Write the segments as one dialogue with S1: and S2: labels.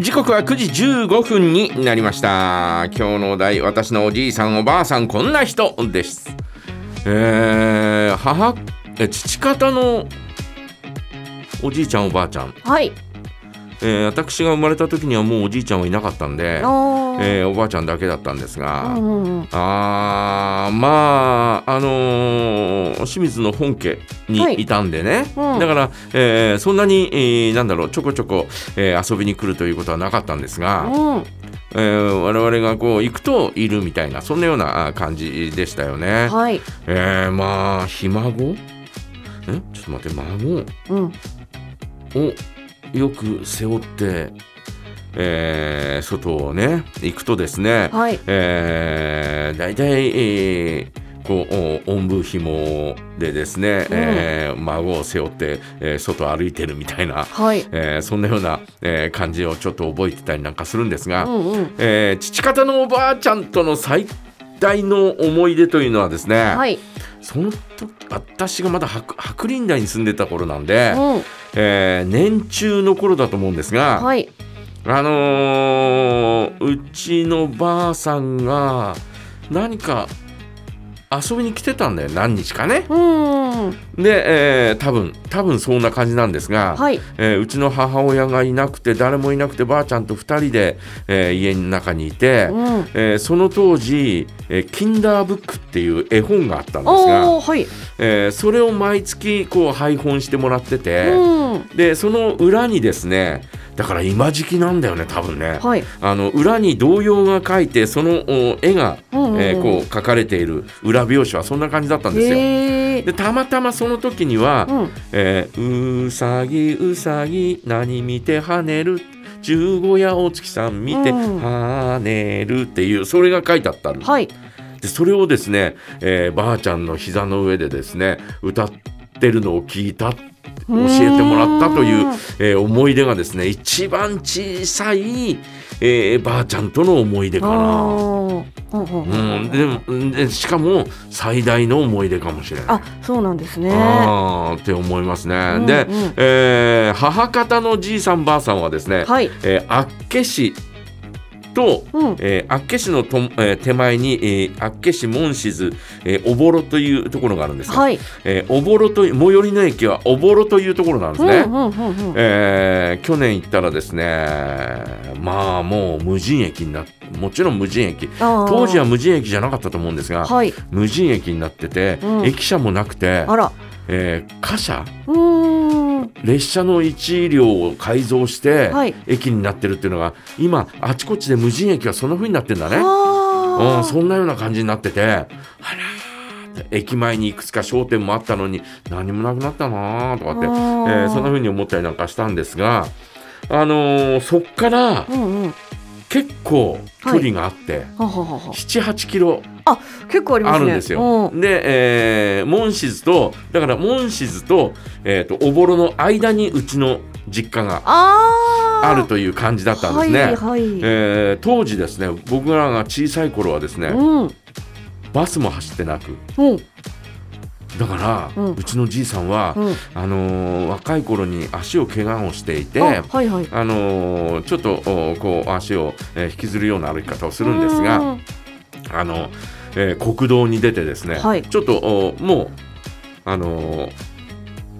S1: 時刻は9時15分になりました今日のお題私のおじいさんおばあさんこんな人ですえー、母え父方のおじいちゃんおばあちゃん、
S2: はい。
S1: えー私が生まれた時にはもうおじいちゃんはいなかったんで、
S2: おー
S1: えーおばあちゃんだけだったんですが、
S2: うんうんうん。
S1: あーまああのー清水の本家
S2: は
S1: に
S2: い
S1: いたんでね、
S2: うん
S1: だから、えーそんなに、えーなんだろうちょこちょこ、えー遊びに来るということはなかったんですが、
S2: うん。
S1: えー我々がこう行くといるみたいなそんなようなあ感じでしたよね。
S2: はい。
S1: えーまあひ孫んちょっと待って孫
S2: うん。
S1: をよく背負って、えー外をね行くとですね、
S2: はい。
S1: えー、大体、えーこうおおんぶ紐でですね、えー孫を背負って、えー外を歩いてるみたいな、
S2: はい。
S1: えーそんなような、えー感じをちょっと覚えてたりなんかするんですが、
S2: うんうん。
S1: えー父方のおばあちゃんとの最大の思い出というのはですね、
S2: はい。
S1: その時私がまだ白白林台に住んでた頃なんで、
S2: うん。
S1: えー年中の頃だと思うんですが、
S2: はい。
S1: あのーうちのばあさんが何か遊びに来てたんだよ何日かね。
S2: うん。
S1: で、えー多分多分そんな感じなんですが、
S2: はい。
S1: えーうちの母親がいなくて誰もいなくてばあちゃんと2人で、えー家の中にいて、
S2: うん。
S1: えーその当時、えーキンダーブックっていう絵本があったんです
S2: お
S1: が、
S2: おはい。
S1: えーそれを毎月こう配本してもらってて、
S2: うん。
S1: でその裏にですねだから今時期なんだよね多分ね。
S2: はい。
S1: あの裏に童謡が書いてそのお絵が、
S2: うんうんうん
S1: えーこう書かれている裏表紙はそんな感じだったんですよ。
S2: へえ。
S1: でたまたまその時には
S2: うん。
S1: 「えーうさぎうさぎ何見て跳ねる」「十五夜お月さん見て
S2: うん
S1: 跳ねる」っていうそれが書いてあったん
S2: はい。
S1: でそれをですね、えーばあちゃんの膝の上でですね歌ってるのを聞いた教えてもらったという
S2: うーん
S1: えー思い出がですね一番小さい、えーばあちゃんとの思い出かな。
S2: ああ。うんうん
S1: う
S2: うん
S1: ん、でもうんでしかも最大の思い出かもしれない。
S2: あ、そうなんですね。は
S1: あーって思いますね。
S2: ん
S1: で、
S2: うん
S1: えー母方のじいさんばあさんはですね、
S2: い。
S1: えー、厚岸と、
S2: うん
S1: えー厚岸のと、えー手前に、えー厚岸門静、えー、おぼろというところがあるんですが、
S2: はい。
S1: えーおぼろという最寄りの駅はおぼろというところなんで
S2: う
S1: す
S2: ん
S1: ね。
S2: うんうんうん。
S1: えー去年行ったらですねまあもう無人駅になっもちろん無人駅当
S2: 当
S1: 時は無人駅じゃなかったと思うんですが、
S2: はい。
S1: 無人駅になってて、
S2: うん
S1: 駅舎もなくて
S2: あ、ら。
S1: えー貨車
S2: うーん。
S1: 列車の1両を改造して、
S2: はい
S1: 駅になってるっていうのが今あちこちで無人駅はそんな風になってんだね、う
S2: あ
S1: ん、
S2: あ。
S1: そんなような感じになっててあらーって駅前にいくつか商店もあったのに何もなくなったなーとかって
S2: あー
S1: えーそんな風に思ったりなんかしたんですが、あのーそっから
S2: うんうん。は
S1: 結構距離があって、
S2: ははは。
S1: 78キロ
S2: あ、結構あります
S1: あ
S2: ね。
S1: るんですよ。
S2: うん
S1: で、えー、モンシズとだからモンシズと,、えー、とおぼろの間にうちの実家が
S2: ああ。
S1: あるという感じだったんですね。
S2: はいはい。
S1: えー当時ですね僕らが小さい頃はですね、
S2: うん。うん。
S1: バスも走ってなくだから、う
S2: うん
S1: ちのじいさんは、
S2: うん。
S1: あのー若い頃に足を怪我をしていて、
S2: あはいはい。
S1: あのーちょっとおこう足を、えー引きずるような歩き方をするんです
S2: う
S1: が、
S2: ん
S1: あのえー国道に出てですね、
S2: はい
S1: ちょっとおもう、あのー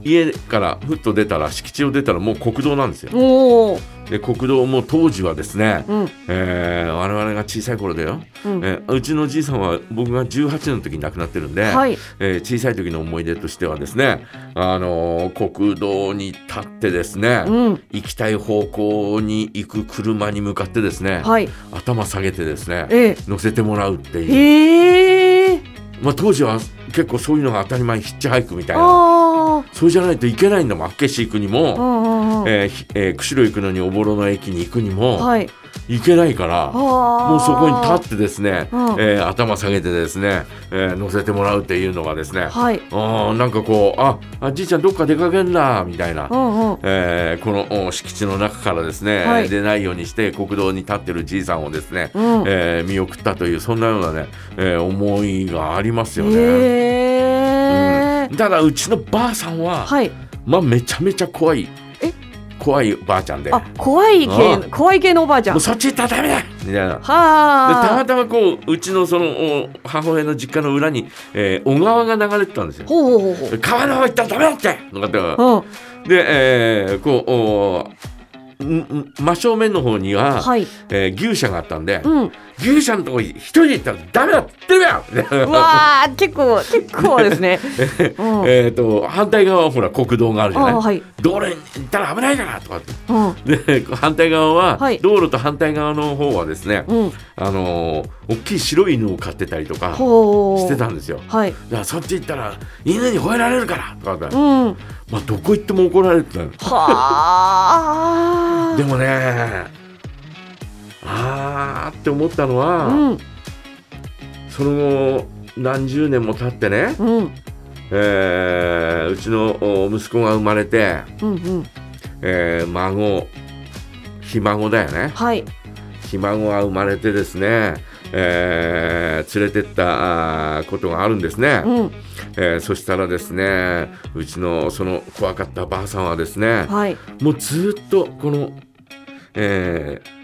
S1: 家からふっと出たら敷地を出たらもう国道なんですよ。
S2: おお。
S1: で国道も当時はですね、
S2: うん
S1: えー我々が小さい頃だよ、
S2: うん。
S1: えーうちのじいさんは僕が18の時に亡くなってるんで、
S2: はい。
S1: えー小さい時の思い出としてはですね、あのー国道に立ってですね、
S2: うん。
S1: 行きたい方向に行く車に向かってですね、
S2: はい。
S1: 頭下げてですね
S2: ええ。
S1: 乗せてもらうっていう、
S2: へえ。
S1: まあ、当時は結構そういうのが当たり前ヒッチハイクみたいな
S2: あ
S1: それじゃないといけないんだもん厚岸行くに
S2: あ。う
S1: も、
S2: んうんうん。
S1: えーひえー釧路行くのにおぼろの駅に行くにも、
S2: はい。
S1: 行けないからも
S2: ああ。
S1: うそこに立ってですね、
S2: うん
S1: えー頭下げてですね、えー乗せてもらうっていうのがですね、
S2: はい。
S1: あーなんかこうああじいちゃんどっか出かけんなみたいな
S2: う、んうん。
S1: えーこのお敷地の中からですね、
S2: はい
S1: 出ないようにして国道に立ってるじいさんをですね、
S2: うん
S1: えー見送ったというそんなようなね、えー思いがありますよね。
S2: へえ
S1: うん。ただうちのばあさんは、
S2: はい。
S1: まあめちゃめちゃ怖い
S2: え
S1: 怖いばあちゃんで
S2: あ怖い系
S1: う
S2: 怖い系のおばあちゃん
S1: もう
S2: は
S1: そっち行ったらダメだみたいな。でたま
S2: あ
S1: たまこううちのそのお母親の実家の裏に、えー小川が流れてたんですよ。
S2: ほうほうほう
S1: 川の方行ったらダメだってとかって
S2: ほう
S1: で、えーこうおんん真正面の方に
S2: うん
S1: は、
S2: はい
S1: えー牛舎があったんで、
S2: うん
S1: 牛舎のとこ一人で行ったらダメだって言ってるよ
S2: うわあ結構結構です ねうん
S1: えー、と反対側はほら国道があるじゃない、
S2: あーはい
S1: 道路に行ったら危ないからとかって
S2: うん
S1: で反対側は、
S2: はい
S1: 道路と反対側の方はですね、
S2: うん
S1: あのー大きい白い犬を飼ってたりとか
S2: ほう
S1: してたんですよ。
S2: はい
S1: だからそっち行ったら犬に吠えられるからとかって、
S2: うんは
S1: まあ、どこ行っても怒られてたの
S2: あ
S1: でもねあーって思ったのは、
S2: うん
S1: その後何十年も経ってね、
S2: うん
S1: えーうちのお息子が生まれて、
S2: うんうん
S1: えー孫ひ孫だよね
S2: はい
S1: ひ孫が生まれてですね、えー連れてったあーことがあるんですね、
S2: うん
S1: えーそしたらですねうちのその怖かったばあさんはですね
S2: はい
S1: もうずーっとこの、えー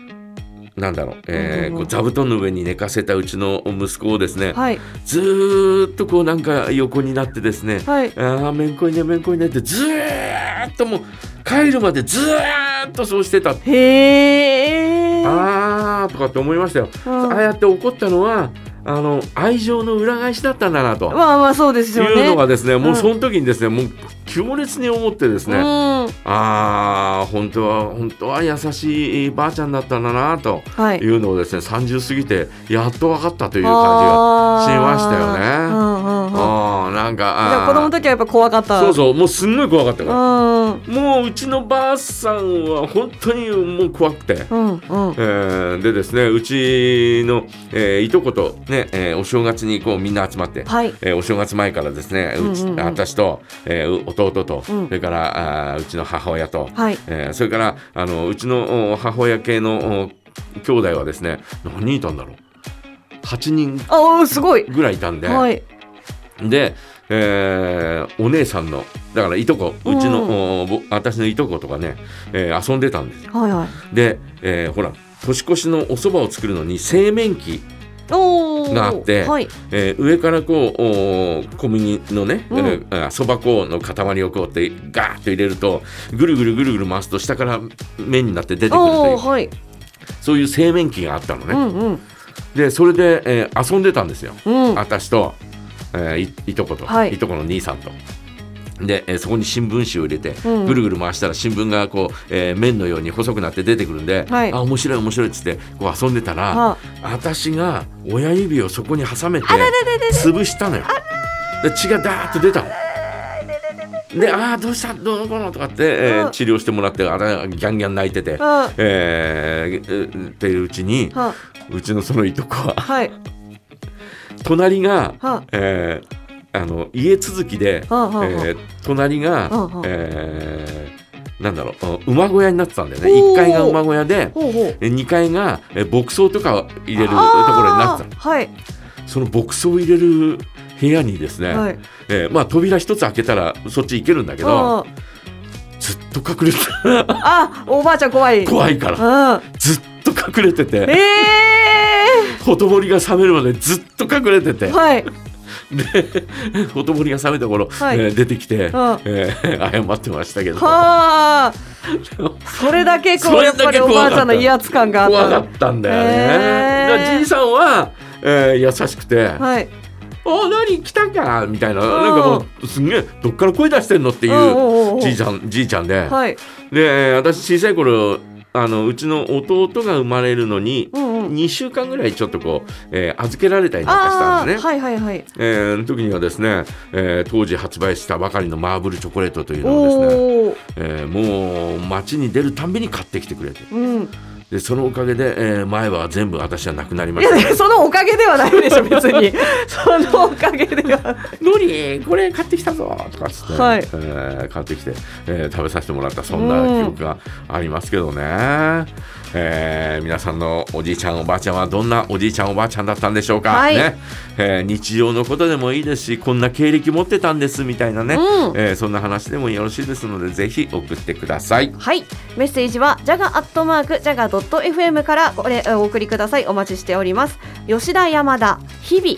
S1: なんだろう、えーこう座布団の上に寝かせたうちの息子をですね、
S2: はい
S1: ずーっとこうなんか横になってですね、
S2: はい
S1: ああめんこいねめんこいねってずーっともう帰るまでずーっとそうしてた
S2: へえ
S1: あーとかって思いましたよ、
S2: うん
S1: ああやって怒ったのはあの愛情の裏返しだったんだなと
S2: まあまあそうですよね
S1: いうのがですねもううんその時にですね、もう強烈に思ってですね、
S2: うん
S1: ああ本当は本当は優しいばあちゃんだったんだなと
S2: はい
S1: い。うのをですね30過ぎてやっと分かったという感じが
S2: あー
S1: しましたよね
S2: うんうんうん。でも
S1: あーなんかあー
S2: 子供の時はやっぱ怖かった。
S1: そうそうもうすんごい怖かった
S2: う
S1: から。
S2: んうん
S1: もううちのばあさんは本当にもう怖くて、
S2: うん
S1: えーでですねうちの、えーいとこと、ねえーお正月にこうみんな集まって、
S2: はい。
S1: えーお正月前からですねうち、
S2: うんうんうん
S1: 私と、えーう弟と、
S2: うん
S1: それからあーうちの母親と、
S2: はい。
S1: えーそれからあのうちのお母親系のお兄弟はですね何人いたんだろう8人
S2: あおーすごい。
S1: ぐらいいたんで。
S2: はい。
S1: で、えーお姉さんのだからいとこうちの、
S2: うん
S1: おぼ私のいとことかね、えー遊んでたんですよ
S2: はいはい。
S1: で、えーほら年越しのお蕎麦を作るのに製麺機、
S2: おお。
S1: があって
S2: はい。
S1: えー上からこうお小麦のねえ
S2: うん
S1: ーあそば、粉の塊をこうやってガーッと入れるとぐるぐるぐるぐる回すと下から麺になって出てくるとい
S2: おお
S1: う
S2: はい。
S1: そういう製麺機があったの
S2: う
S1: ね、
S2: んうん
S1: でそれで、えー遊んでたんですよ
S2: うん。
S1: 私と、えーいいとこと、
S2: はい
S1: い、とこの兄さんと。で、えーそこに新聞紙を入れて、
S2: うん
S1: ぐるぐる回したら新聞がこう、えー麺のように細くなって出てくるんで、
S2: はい
S1: あ面白い面白いっつってこう遊んでたら、
S2: は
S1: 私が親指をそこに挟めて
S2: でで
S1: 潰したのよ。で血がダーッと出たの。で「ああどうしたどうこうの?」とかって、えー
S2: うん
S1: 治療してもらってあらギャンギャン泣いてて、
S2: あ
S1: えーえーっていううちに
S2: は
S1: うちのそのいとこは
S2: はい
S1: 隣が、
S2: は
S1: えーあの家続きで、
S2: はあはあはあ
S1: えー隣が、
S2: はあはあ
S1: えーなんだろう馬小屋になってたんだよね
S2: おー
S1: 1階が馬小屋で
S2: ほうほう。
S1: え2階がえ牧草とかを入れるところになって
S2: あ
S1: た
S2: ーはい
S1: のその牧草を入れる部屋にですね、
S2: はい。
S1: えーまあ、扉一つ開けたらそっち行けるんだけど
S2: あー
S1: ずっと隠れて た
S2: あおばあちゃん怖い。い。
S1: 怖いか
S2: う
S1: ら
S2: ん。
S1: ずっと隠れて
S2: え
S1: て
S2: え
S1: ほとぼりが冷めるまでずっと隠れてて
S2: ー。はい。
S1: で ほとぼりが冷めた頃、
S2: はい
S1: えー出てきて、え
S2: は
S1: ー謝ってましたけど
S2: はあ。それだけこ
S1: そうれ
S2: やっ
S1: だ
S2: ぱ
S1: け
S2: り
S1: 怖
S2: お
S1: か
S2: ば
S1: った
S2: あちゃんの威圧感があった
S1: 怖
S2: の。
S1: かったんだよね。
S2: へー
S1: だからじいさんは、えー優しくて「
S2: はい。
S1: お何来たか」みたいななんかもうすんげえどっから声出してんのってい
S2: うんうんうんうん
S1: うじいちゃんじいちゃんで、
S2: はい。
S1: で私小さい頃あのうちの弟が生まれるのに
S2: うんうん。
S1: 2週間ぐらいちょっとこう、えー預けられたりなんかした
S2: あ
S1: ん
S2: あ
S1: です
S2: ー、
S1: ね。
S2: はいはいはい。
S1: えーの時にはですね、えー当時発売したばかりのマーブルチョコレートというのをですね、
S2: おおー、
S1: えーもう街に出るたんびに買ってきてくれて
S2: うん、
S1: でそのおかげで、えー前歯は全部私はなくなりま
S2: い
S1: した
S2: やそのおかげではないでしょ別に そのおかげでは
S1: のにこれ買ってきたぞとかっつって、
S2: はい
S1: えー買ってきて、えー食べさせてもらったそんな記憶がありますけどね、えー皆さんのおじいちゃんおばあちゃんはどんなおじいちゃんおばあちゃんだったんでしょうか、
S2: はい
S1: ねえー日常のことでもいいですしこんな経歴持ってたんですみたいなね、
S2: うん
S1: えーそんな話でもよろしいですのでぜひ送ってください。
S2: はいメッセージはジャガアットマークジャガドット FM からこれお送りくださいお待ちしております吉田山田日々